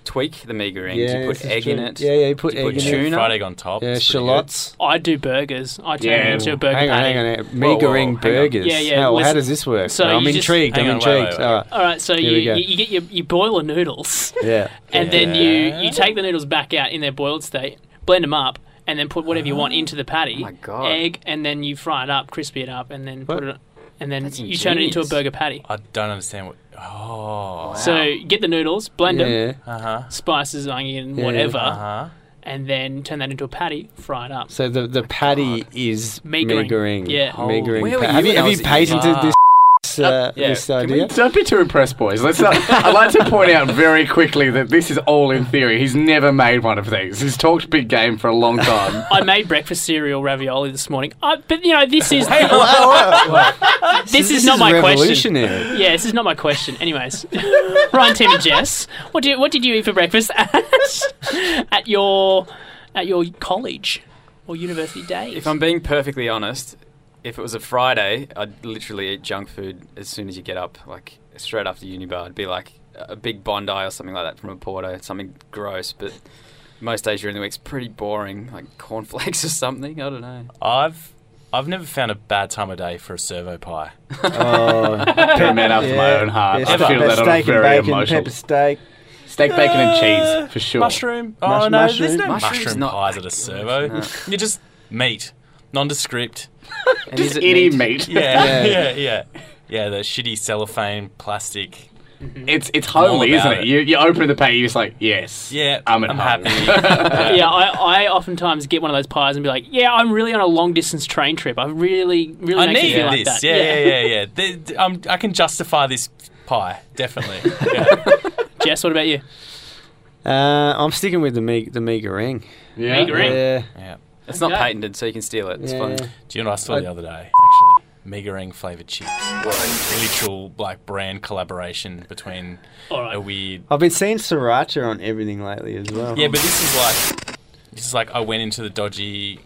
S2: tweak the meager rings. you
S7: this
S2: put
S7: is
S2: egg in
S7: true.
S2: it.
S7: Yeah, yeah. You put
S2: You
S7: egg
S2: put
S7: in
S2: tuna.
S7: it.
S8: fried egg on top.
S7: Yeah,
S8: it's pretty good.
S7: shallots.
S4: I do burgers. I turn
S6: Yeah.
S4: it into a burger
S7: Hang on,
S4: patty.
S7: hang on, hang on.
S2: Whoa,
S7: Me
S2: whoa,
S7: goreng
S2: whoa, hang on.
S7: burgers.
S4: Yeah, yeah,
S7: How, how
S4: listen-
S7: does this work?
S4: so
S7: I'm
S4: you just-
S7: intrigued.
S8: Hang on,
S7: I'm
S8: wait, wait,
S7: intrigued.
S8: wait.
S7: All right.
S4: All right, so
S7: Here
S4: you,
S7: we go.
S4: you, you get your you boil the noodles,
S7: Yeah.
S4: and then you,
S8: Yeah.
S4: you take the noodles back out in their boiled state, blend them up, and then put whatever you want into the patty,
S2: Oh my God.
S4: egg, and then you fry it up, crispy it up, and then
S7: What?
S4: put it, and then
S2: That's
S4: you turn it into a
S2: ingenious.
S4: burger patty.
S8: I don't understand what. Oh.
S4: So get the noodles, blend them,
S7: Yeah.
S8: Uh huh.
S4: spices, onion,
S7: Yeah. Uh-huh.
S4: whatever,
S8: Uh huh.
S4: and then turn that into a patty, fry it up.
S7: So the the patty is
S4: Meagering.
S7: meagering.
S4: Yeah.
S7: Meagering.
S2: Where were
S7: pa-
S2: you
S7: have you,
S2: when
S7: have
S2: I
S7: you
S2: was in-
S7: patented this uh,
S2: yeah.
S7: this
S2: Can
S7: idea?
S6: Don't be too impressed, boys.
S7: [laughs]
S6: Let's not, I'd like to point out very quickly that this is all in theory. He's never made one of these. He's talked big game for a
S7: [laughs]
S6: long time.
S4: I made breakfast cereal ravioli this morning, I, but you know this is [laughs] this is
S7: This
S4: not
S7: is
S4: my question. [laughs]
S7: revolutionary.
S4: Yeah, this is not my question. Anyways, [laughs] Ryan, Tim, and Jess, what do you, what did you eat for breakfast at, [laughs] at your at your college or university days?
S2: If I'm being perfectly honest, if it was a Friday, I'd literally eat junk food as soon as you get up, like straight after uni bar. It'd be like a big Bondi or something like that from a Porto, something gross. But most days during the week's pretty boring, like cornflakes [laughs] or something. I don't know.
S8: I've I've never found a bad time of day for a servo pie.
S7: Oh,
S6: Put a man after my own heart.
S7: Yeah,
S6: I
S7: steak-
S6: feel that on a
S7: steak
S6: very
S7: and bacon,
S6: emotional.
S7: pepper steak.
S6: Steak, bacon,
S8: Uh,
S6: and cheese for sure.
S8: Mushroom. Oh
S7: Mush-
S8: no,
S7: mushroom.
S8: there's no
S2: Mushroom's
S8: mushroom
S2: not
S8: pies
S2: that
S8: at
S2: good,
S8: a servo.
S2: no.
S8: You're just meat, nondescript.
S2: And
S6: Just
S2: is it
S6: any
S2: meat?
S8: [laughs]
S6: meat.
S8: Yeah,
S7: Yeah.
S8: yeah, yeah. Yeah, the shitty cellophane plastic
S6: It's it's homely,
S8: all about
S6: isn't it?
S8: it.
S6: You, you open the pack, you're just like, yes,
S8: Yeah,
S6: I'm at
S8: I'm
S6: home.
S8: happy.
S4: Uh, yeah, I, I oftentimes get one of those pies and be like, yeah, I'm really on a long distance train trip. I really, really
S8: [laughs] I
S4: makes me
S8: need
S4: feel like
S8: this.
S4: that.
S8: yeah, yeah, yeah, yeah. The- the- um, I can justify this pie definitely. Yeah.
S4: Jess, what about you?
S7: Uh, I'm sticking with the meag- the meager ring.
S6: Yeah.
S4: Meager ring.
S7: Yeah,
S8: yeah.
S2: It's
S4: Okay.
S2: not patented, so you can steal it. It's
S7: yeah.
S2: fine.
S8: Do you know what I saw the other day? Actually, Megarang flavored chips. Literal like brand collaboration between
S4: All
S8: a
S4: right.
S8: weird.
S7: I've been seeing sriracha on everything lately as well.
S8: Yeah, but this is like this is like I went into the dodgy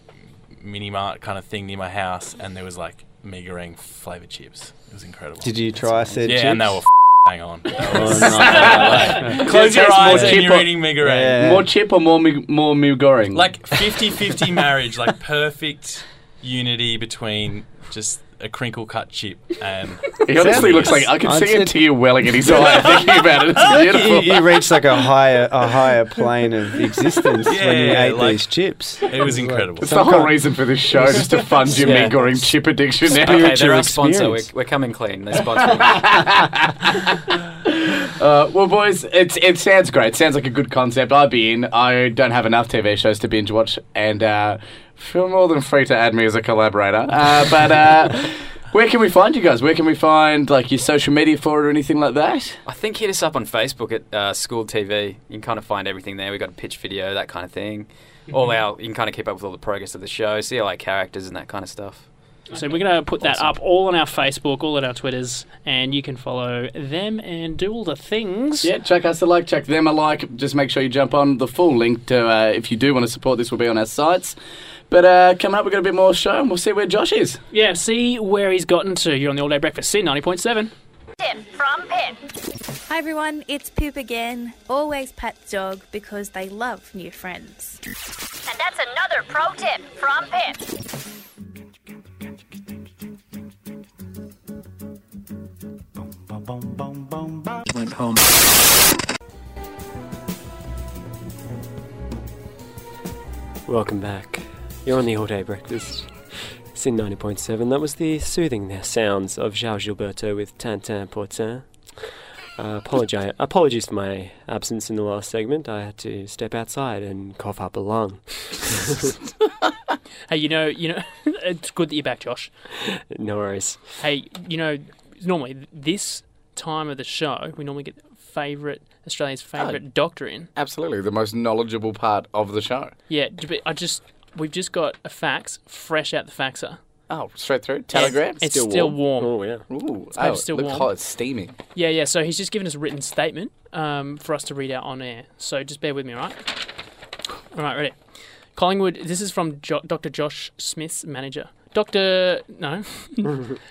S8: mini mart kind of thing near my house, and there was like Megarang flavored chips. It was incredible.
S7: Did you try said
S8: Yeah,
S7: chips?
S8: and they were. F- hang on.
S7: [laughs] Oh, [laughs] no.
S8: Close your
S6: Tastes more
S8: eyes and
S6: cheaper.
S8: you're eating Megarang.
S7: Yeah.
S6: More chip or more mi- more meal goring?
S8: like 50-50 [laughs] marriage like perfect unity between just a crinkle cut chip and
S6: he honestly looks like I can
S7: I'd
S6: see a
S7: said-
S6: tear welling in his eye thinking about it.
S7: [laughs]
S6: It's
S7: you,
S6: beautiful.
S7: you reached like a higher a higher plane of
S8: [laughs]
S7: existence when you
S8: Yeah,
S7: ate
S8: like-
S7: these chips.
S8: it was incredible
S6: It's the whole
S7: Sometimes-
S6: reason for this show, just to fund your
S2: Yeah.
S6: meat goring chip addiction now.
S2: Okay, they're our
S7: Spiritual
S2: sponsor. We're,
S7: experience.
S2: we're coming clean. They're
S7: [laughs]
S2: sponsoring.
S6: Uh, well, boys, it's it sounds great. It sounds like a good concept. I'd be in. I don't have enough TV shows to binge watch, and uh, feel more than free to add me as a collaborator. Uh, but [laughs] uh, where can we find you guys? Where can we find like your social media for it or anything like that?
S2: I think hit us up on Facebook at uh, School TV. You can kind of find everything there. We've got a pitch video, that kind of thing. All our, you can kind of keep up with all the progress of the show, see all our characters and that kind of stuff.
S4: So we're going to put that up all on our Facebook, all on our Twitters, and you can follow them and do all the things.
S6: Yeah, chuck us a like, chuck them a like. Just make sure you jump on. The full link to uh, if you do want to support this will be on our sites. But uh, coming up, we've got a bit more show, and we'll see where Josh is.
S4: Yeah, see where he's gotten to. You're on the All Day Breakfast, C 90.7.
S1: Tip from Pip.
S9: Hi everyone, it's Pip again. Always pet the dog because they love new friends.
S1: And that's another pro tip from Pip.
S5: Welcome back. You're on the all day breakfast. Sin 90.7. That was the soothing sounds of Zhao Gilberto with Tintin Portin. Uh, apologize, apologies for my absence in the last segment. I had to step outside and cough up a lung.
S4: Hey, you know, you know, [laughs] it's good that you're back, Josh.
S5: No worries.
S4: Hey, you know, normally this time of the show, we normally get favorite Australia's favorite doctor in.
S6: Absolutely, the most knowledgeable part of the show.
S4: Yeah, j- but I just we've just got a fax fresh out the faxer.
S6: Oh, straight through
S4: Telegram? It's still warm.
S5: Oh, yeah.
S6: Ooh, oh,
S4: paper's still warm.
S6: It's steaming.
S4: Yeah, yeah. So he's just given us a written statement um, for us to read out on air. So just bear with me, all right? All right, ready. Collingwood. This is from jo- Dr. Josh Smith's manager. Dr. [laughs] No.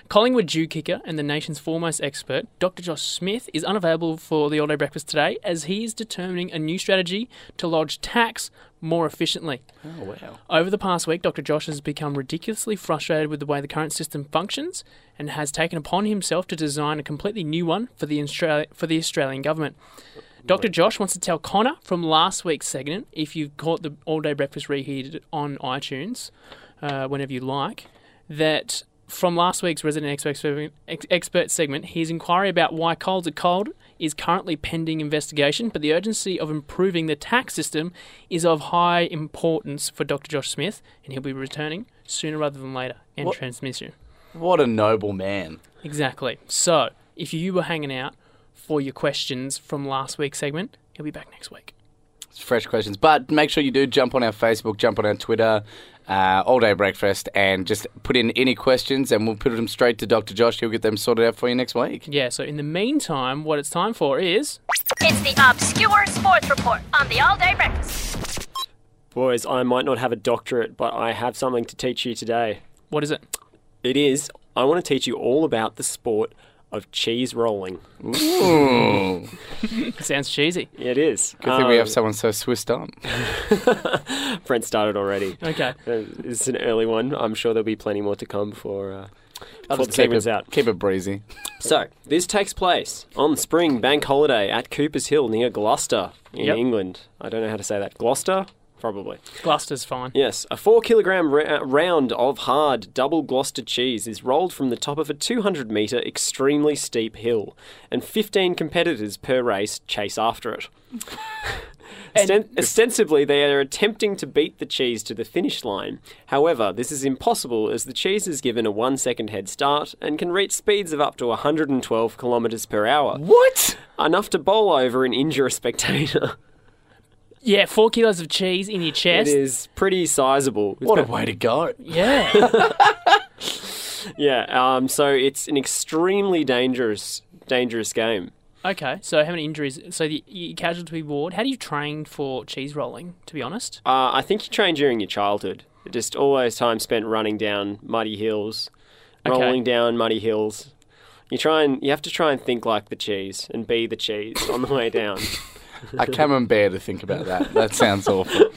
S4: Collingwood Jew kicker and the nation's foremost expert, Dr. Josh Smith, is unavailable for the All Day Breakfast today as he is determining a new strategy to lodge tax more efficiently.
S6: Oh wow!
S4: Over the past week, Dr. Josh has become ridiculously frustrated with the way the current system functions and has taken upon himself to design a completely new one for the, Austra- for the Australian government. Dr. Josh wants to tell Connor from last week's segment if you've caught the All Day Breakfast reheated on iTunes, uh, whenever you like, that from last week's resident expert segment, ex- expert segment, his inquiry about why colds are cold is currently pending investigation, but the urgency of improving the tax system is of high importance for Dr. Josh Smith, and he'll be returning sooner rather than later and
S6: What-
S4: transmit you.
S6: What a noble man.
S4: Exactly. So, if you were hanging out for your questions from last week's segment, he'll be back next week.
S6: It's fresh questions, but make sure you do jump on our Facebook, jump on our Twitter, uh, all day breakfast, and just put in any questions, and we'll put them straight to Dr. Josh. He'll get them sorted out for you next week.
S4: Yeah, so in the meantime, what it's time for is
S1: It's the obscure sports report on the All Day Breakfast.
S5: Boys, I might not have a doctorate, but I have something to teach you today.
S4: what is it?
S5: It is, I want to teach you all about the sport of cheese rolling.
S6: Hmm.
S4: It sounds cheesy.
S5: It is.
S6: Good thing we
S5: Um,
S6: have someone so Swiss [laughs] on.
S5: Brent started already.
S4: Okay.
S5: Uh, It's an early one. I'm sure there'll be plenty more to come before, uh, before the
S6: keep
S5: segment's
S6: it,
S5: out.
S6: keep it breezy.
S5: So, this takes place on the spring bank holiday at Cooper's Hill near Gloucester in
S4: Yep.
S5: England. I don't know how to say that. Gloucester? probably.
S4: Gloucester's fine.
S5: Yes, a four kilogram ra- round of hard double Gloucester cheese is rolled from the top of a 200 metre extremely steep hill, and 15 competitors per race chase after
S3: [laughs]
S5: it. Osten- ostensibly, they are attempting to beat the cheese to the finish line. However, this is impossible as the cheese is given a one second head start and can reach speeds of up to 112 kilometres per hour.
S3: What?
S5: Enough to bowl over and injure a spectator.
S4: Yeah, four kilos of cheese in your
S5: It
S4: chest.
S5: is pretty sizable.
S3: What a way to go.
S5: [laughs]
S4: Yeah.
S5: Yeah, um, so it's an extremely dangerous, dangerous game.
S4: okay. So how many injuries? So the your casualty ward. How do you train for cheese rolling? To
S5: [laughs]
S4: be honest.
S5: Uh, I think you train during your childhood. Just all those time spent running down muddy hills,
S4: Okay.
S5: rolling down muddy hills. You try and you have to try and think like the cheese and be the cheese on the way
S4: [laughs]
S5: down.
S6: I can't bear to think about that. That sounds awful.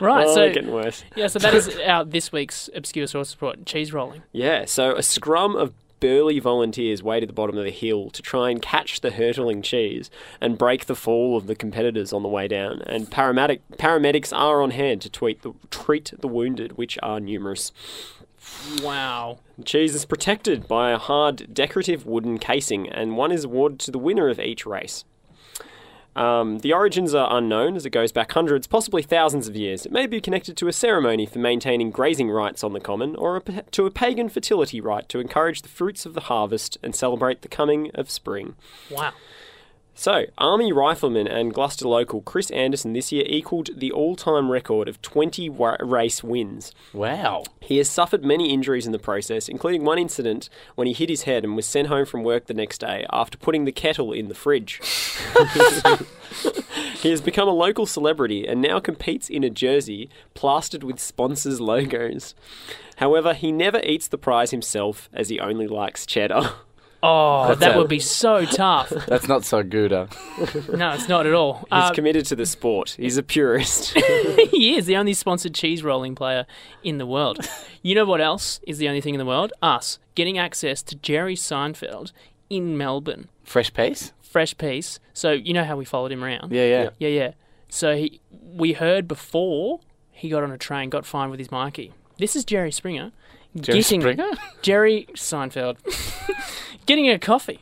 S4: Right.
S5: oh,
S4: so
S5: getting worse.
S4: yeah. So that is our this week's obscure source report. Cheese rolling.
S5: Yeah, so a scrum of burly volunteers wait at the bottom of the hill to try and catch the hurtling cheese and break the fall of the competitors on the way down. And paramedic, paramedics are on hand to tweet the, treat the wounded, which are numerous.
S4: Wow.
S5: The cheese is protected by a hard decorative wooden casing, and one is awarded to the winner of each race. Um, the origins are unknown as it goes back hundreds, possibly thousands of years. It may be connected to a ceremony for maintaining grazing rights on the common, or a, pa- to a pagan fertility rite to encourage the fruits of the harvest and celebrate the coming of spring.
S4: Wow.
S5: So, Army rifleman and Gloucester local Chris Anderson this year equaled the all time record of 20 wa- race wins.
S3: Wow.
S5: He has suffered many injuries in the process, including one incident when he hit his head and was sent home from work the next day after putting the kettle in the fridge. [laughs] he has become a local celebrity and now competes in a jersey plastered with sponsors' logos. However, he never eats the prize himself as he only likes cheddar. [laughs]
S4: Oh, that
S6: a-
S4: would be so tough.
S6: That's not so good. Uh.
S4: No, it's not at all.
S5: He's
S4: Uh,
S5: committed to the sport. He's a purist.
S4: [laughs] he is the only sponsored cheese rolling player in the world. You know what else is the only thing in the world? Us getting access to Jerry Seinfeld in Melbourne.
S6: Fresh pace?
S4: Fresh piece. So you know how we followed him around.
S6: Yeah, yeah.
S4: Yeah, yeah. So he, we heard before he got on a train, got fined with his mikey. This is Jerry Springer.
S6: Jerry
S4: getting-
S6: Springer?
S4: [laughs] Jerry
S6: [laughs]
S4: Seinfeld. getting a coffee.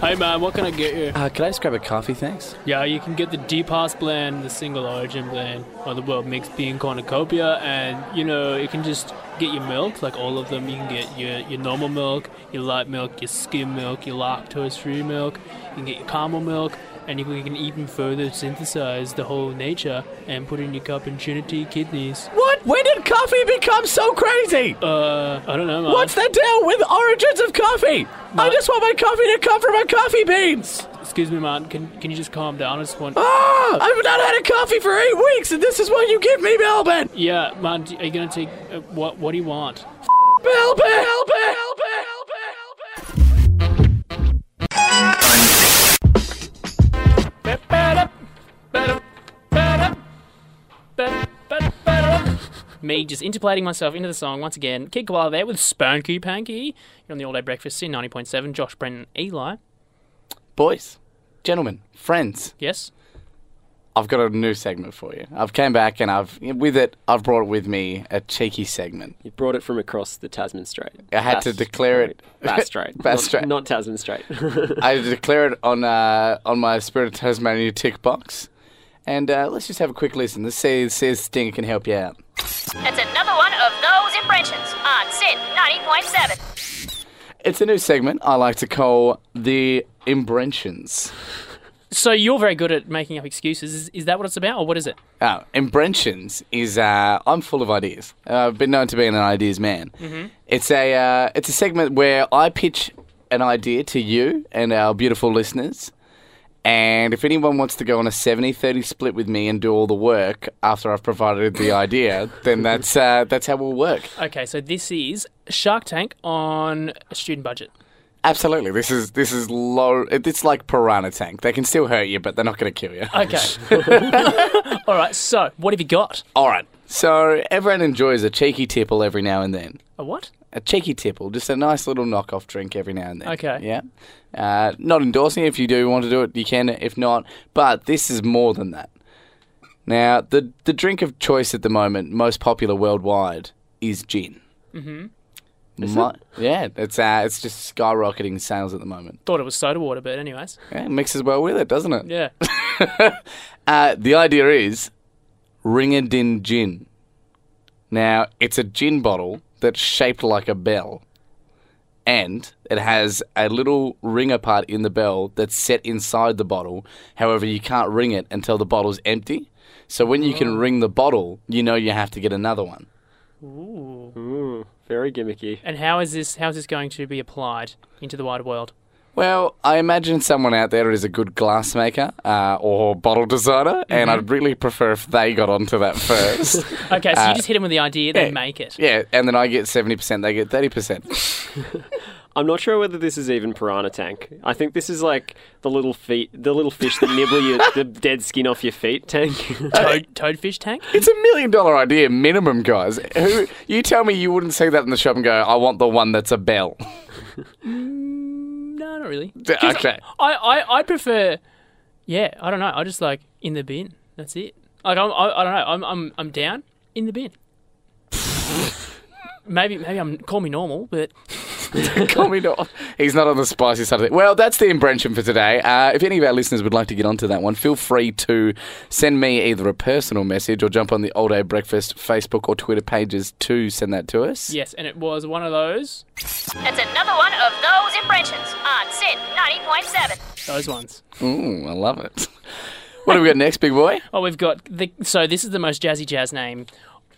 S4: Hey man, what can I get you?
S6: Uh, could I just grab a coffee, thanks?
S4: Yeah, you can get the deep house blend, the single origin blend, or the world mixed bean cornucopia, and you know you can just get your milk, like all of them. You can get your, your normal milk, your light milk, your skim milk, your lactose free milk. You can get your caramel milk, and you can, you can even further synthesize the whole nature and put it in your cup and trinity kidneys.
S3: What? When did coffee become so crazy?
S4: Uh, I don't know, man.
S3: What's the deal with origins of coffee? I just want my coffee to come from my coffee beans.
S4: Excuse me, man. Can can you just calm down? I just want.
S3: Ah! I've not had a coffee for eight weeks, and this is what you give me, Melbourne.
S4: Yeah, man. Are you gonna take uh, what? What do you want?
S3: Melbourne, Melbourne, Melbourne, Melbourne.
S4: Me just interpolating myself into the song once again. Kid Koala there with Spanky Panky. You're on the All Day Breakfast in 90.7. Josh, Brendan, Eli.
S6: Boys, gentlemen, friends,
S4: Yes?
S6: I've got a new segment for you. I've came back and I've with it. I've brought with me a cheeky segment.
S5: he brought it from across the Tasman Strait.
S6: I had to declare it-
S5: Bass
S6: [laughs]
S5: Strait.
S6: Bass
S5: Not-
S6: Strait.
S5: Not Tasman Strait. [laughs]
S6: I declare it on uh, on my Spirit of Tasmania tick box, and uh, let's just have a quick listen. Let's see, see if Stinger can help you out.
S1: That's another one of those impressions on Sin 90.7.
S6: It's a new segment I like to call the Imbrentions.
S4: So you're very good at making up excuses. Is, is that what it's about, or what is it?
S6: Oh, Imbrentions is uh, I'm full of ideas. Uh, I've been known to be an ideas man. It's a uh, it's a segment where I pitch an idea to you and our beautiful listeners. And if anyone wants to go on a 70-30 split with me and do all the work after I've provided the idea, then that's uh, that's how we'll work.
S4: Okay, so this is Shark Tank on a student budget.
S6: Absolutely, this is this is low. It's like Piranha Tank. They can still hurt you, but they're not going to kill you.
S4: Okay. [laughs] All right, so what have you got?
S6: All right. So everyone enjoys a cheeky tipple every now and then.
S4: A what?
S6: A a cheeky tipple, just a nice little knockoff drink every now and then.
S4: Okay.
S6: Yeah. Uh, not endorsing it. If you do want to do it, you can. If not, but this is more than that. Now, the the drink of choice at the moment, most popular worldwide, is gin. Mm-hmm. Yeah, it's uh, it's just skyrocketing sales at the moment.
S4: Thought it was soda water, but anyways.
S6: Yeah, it mixes well with it, doesn't it?
S4: Yeah.
S6: Uh, the idea is Ringadin Gin. Now, it's a gin bottle that's shaped like a bell. And it has a little ringer part in the bell that's set inside the bottle. However, you can't ring it until the bottle's empty. So when you can ring the bottle, you know you have to get another one.
S5: Ooh, very gimmicky.
S4: And how is this how is this going to be applied into the wider world?
S6: Well, I imagine someone out there is a good glass maker uh, or bottle designer, and I'd really prefer if they got onto that first.
S4: Okay, so you just hit them with the idea, they
S6: yeah.
S4: make it.
S6: yeah, and then I get 70%, they get 30%.
S5: I'm not sure whether this is even piranha tank. I think this is like the little feet, the little fish that nibble your, the dead skin off your feet tank. [laughs]
S4: Toad, toadfish tank?
S6: It's a million dollar idea minimum, guys. Who you tell me you wouldn't see that in the shop and go, "I want the one that's a bell." [laughs]
S4: No, not really.
S6: D- okay.
S4: I, I, I prefer. Yeah, I don't know. I just like in the bin. That's it. Like I'm, I, I don't know. I'm, I'm, I'm down in the bin. [laughs] maybe, maybe I'm call me normal, but
S6: Call me not. He's not on the spicy side of it. Well, that's the impression for today. Uh, if any of our listeners would like to get onto that one, feel free to send me either a personal message or jump on the Old Day Breakfast Facebook or Twitter pages to send that to us.
S4: yes, and it was one of those,
S1: That's another one of those impressions on Sin 90.7.
S4: those ones.
S6: Ooh, Mm, I love it. [laughs] What have we got next, big boy?
S4: Oh, we've got the. So this is the most jazzy jazz name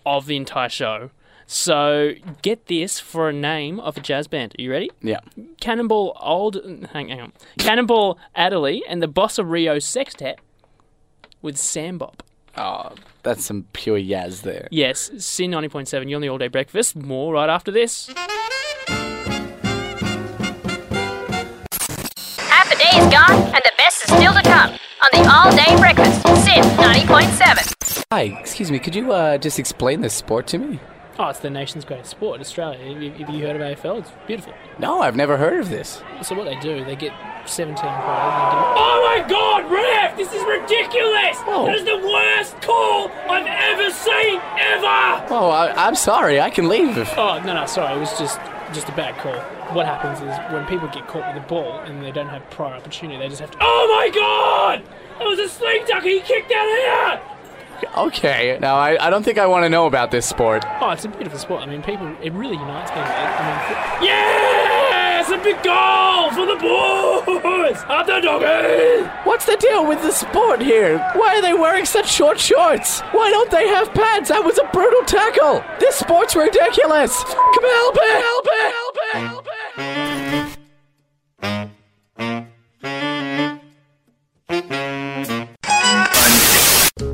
S4: of the entire show. So get this for a name of a jazz band. Are you ready?
S6: Yeah.
S4: Cannonball Old, hang, hang on, Cannonball Adderley and the Bossa Rio Sextet with Sambop.
S6: Oh, that's some pure yaz there.
S4: Yes, Sin ninety point seven. You're on the all day breakfast. More right after this.
S1: Half a day is gone, and the best is still to come on the All Day Breakfast. Sin 90.7.
S6: Hi, excuse me. Could you uh, just explain this sport to me?
S4: Oh, it's the nation's greatest sport, Australia. Have you, have you heard of AFL? It's beautiful.
S6: No, I've never heard of this.
S4: So what they do, they get seventeen Oh my God, Ref! This is ridiculous. That is the worst call I've ever seen ever.
S6: Oh, I, I'm sorry. I can leave. If,
S4: Oh no no sorry, it was just just a bad call. What happens is when people get caught with the ball and they don't have prior opportunity, they just have to. Oh my god! That was a sling ducker. He kicked out here.
S6: okay. No, I, I don't think I want to know about this sport.
S4: Oh, it's a beautiful sport. I mean, people. It really unites people. It- I mean, yes, a big goal for the boys at the doggies.
S6: What's the deal with the sport here? Why are they wearing such short shorts? Why don't they have pads? That was a brutal tackle. This sport's ridiculous. Come help it! Help it! Help it! Help it!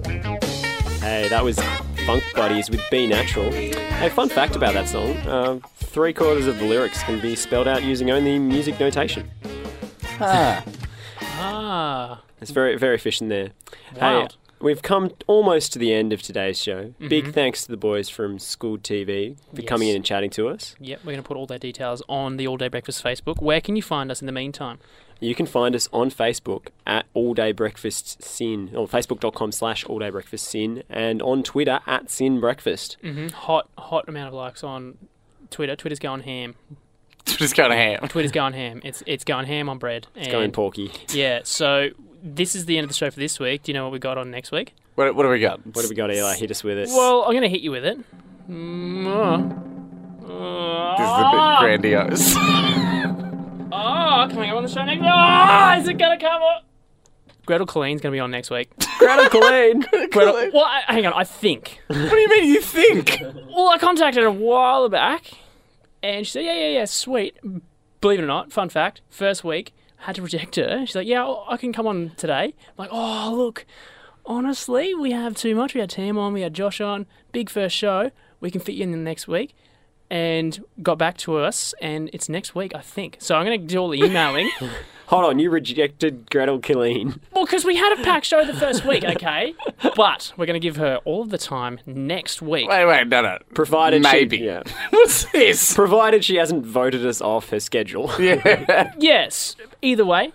S5: Hey, that was Funk Buddies with Be Natural. Hey, fun fact about that song uh, three quarters of the lyrics can be spelled out using only music notation.
S4: Ah,
S5: It's very, very efficient there. Hey,
S4: Wild. Mm-hmm.
S5: we've come almost to the end of today's show. Big thanks to the boys from School TV for coming
S4: Yes.
S5: in and chatting to us.
S4: yep. We're gonna put all their details on the All Day Breakfast Facebook. Where can you find us in the meantime?
S5: You can find us on Facebook at All Day Breakfast Sin, or facebook.com slash All Day Breakfast Sin, and on Twitter at Sin Breakfast.
S4: Mm. Hot, hot amount of likes on Twitter. Twitter's going ham.
S6: Just going to ham.
S4: Twitter's going ham. It's it's going ham on bread. It's
S5: Going porky.
S4: Yeah, so this is the end of the show for this week. Do you know what we got on next week?
S6: What, what do we got?
S5: What have we got, Eli? Hit us with it.
S4: Well, I'm going to hit you with it. Mm,
S6: This is a
S4: Ah!
S6: bit grandiose.
S4: Oh, oh, coming up on the show next Oh, is it going to come up? Gretel Colleen's going to be on next week.
S5: Gretel
S6: [laughs]
S5: Colleen!
S4: Gretel, well, I, hang on, I think.
S6: what do you mean you think?
S4: Well, I contacted her a while back, and she said, "Yeah, yeah, yeah, sweet." Believe it or not, fun fact: first week, had to reject her. She's like, "Yeah, I I can come on today." I'm like, oh, look, honestly, we have too much. We had Tam on, we had Josh on. Big first show. We can fit you in the next week. and got back to us, and it's next week, I think. So I'm going to do all the emailing.
S5: Hold on, you rejected Gretel Killeen. [laughs]
S4: well, because we had a pack show the first week, okay? But we're going to give her all of the time next week.
S6: Wait, wait, no, no.
S5: Provided
S6: Maybe.
S5: She, yeah.
S6: What's this?
S5: Provided she hasn't voted us off her schedule.
S4: Yes, either way.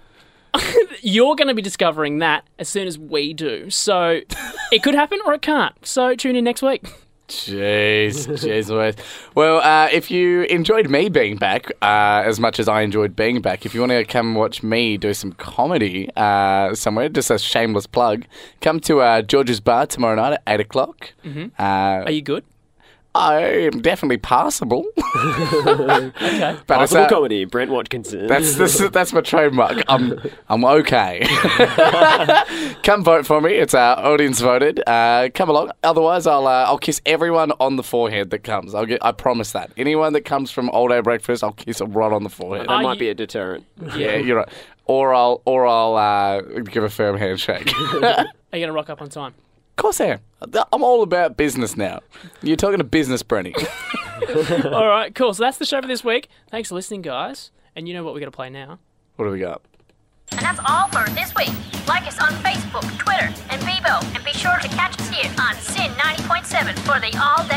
S4: [laughs] You're going to be discovering that as soon as we do. So it could happen or it can't. So tune in next week.
S6: Jeez, jeez Louise. Well, uh, if you enjoyed me being back uh, as much as I enjoyed being back, if you want to come watch me do some comedy uh, somewhere, just a shameless plug, come to uh, George's Bar tomorrow night at 8 o'clock. Uh,
S4: Are you good?
S6: I am definitely passable. [laughs] okay. But it's,
S5: Possible
S6: uh,
S5: comedy, Brent Watkinson. [laughs]
S6: That's this, that's my trademark. I'm I'm okay. [laughs] come vote for me. It's uh, audience voted. Uh, come along. Otherwise, I'll uh, I'll kiss everyone on the forehead that comes. I'll get, I promise that anyone that comes from Old Day Breakfast, I'll kiss them right on the forehead.
S5: that
S4: Are
S5: might
S4: you-
S5: be a deterrent.
S6: yeah, you're right. Or I'll or I'll uh, give a firm handshake. [laughs] of
S4: Are you going to rock up on time?
S6: course, I am. I'm all about business now. You're talking to business, Brenny.
S4: All right, cool. So that's the show for this week. Thanks for listening, guys. And you know what we're going to play now.
S6: what do we got?
S1: And that's all for this week. Like us on Facebook, Twitter, and Bebo, and be sure to catch us here on Sin 90.7 for the all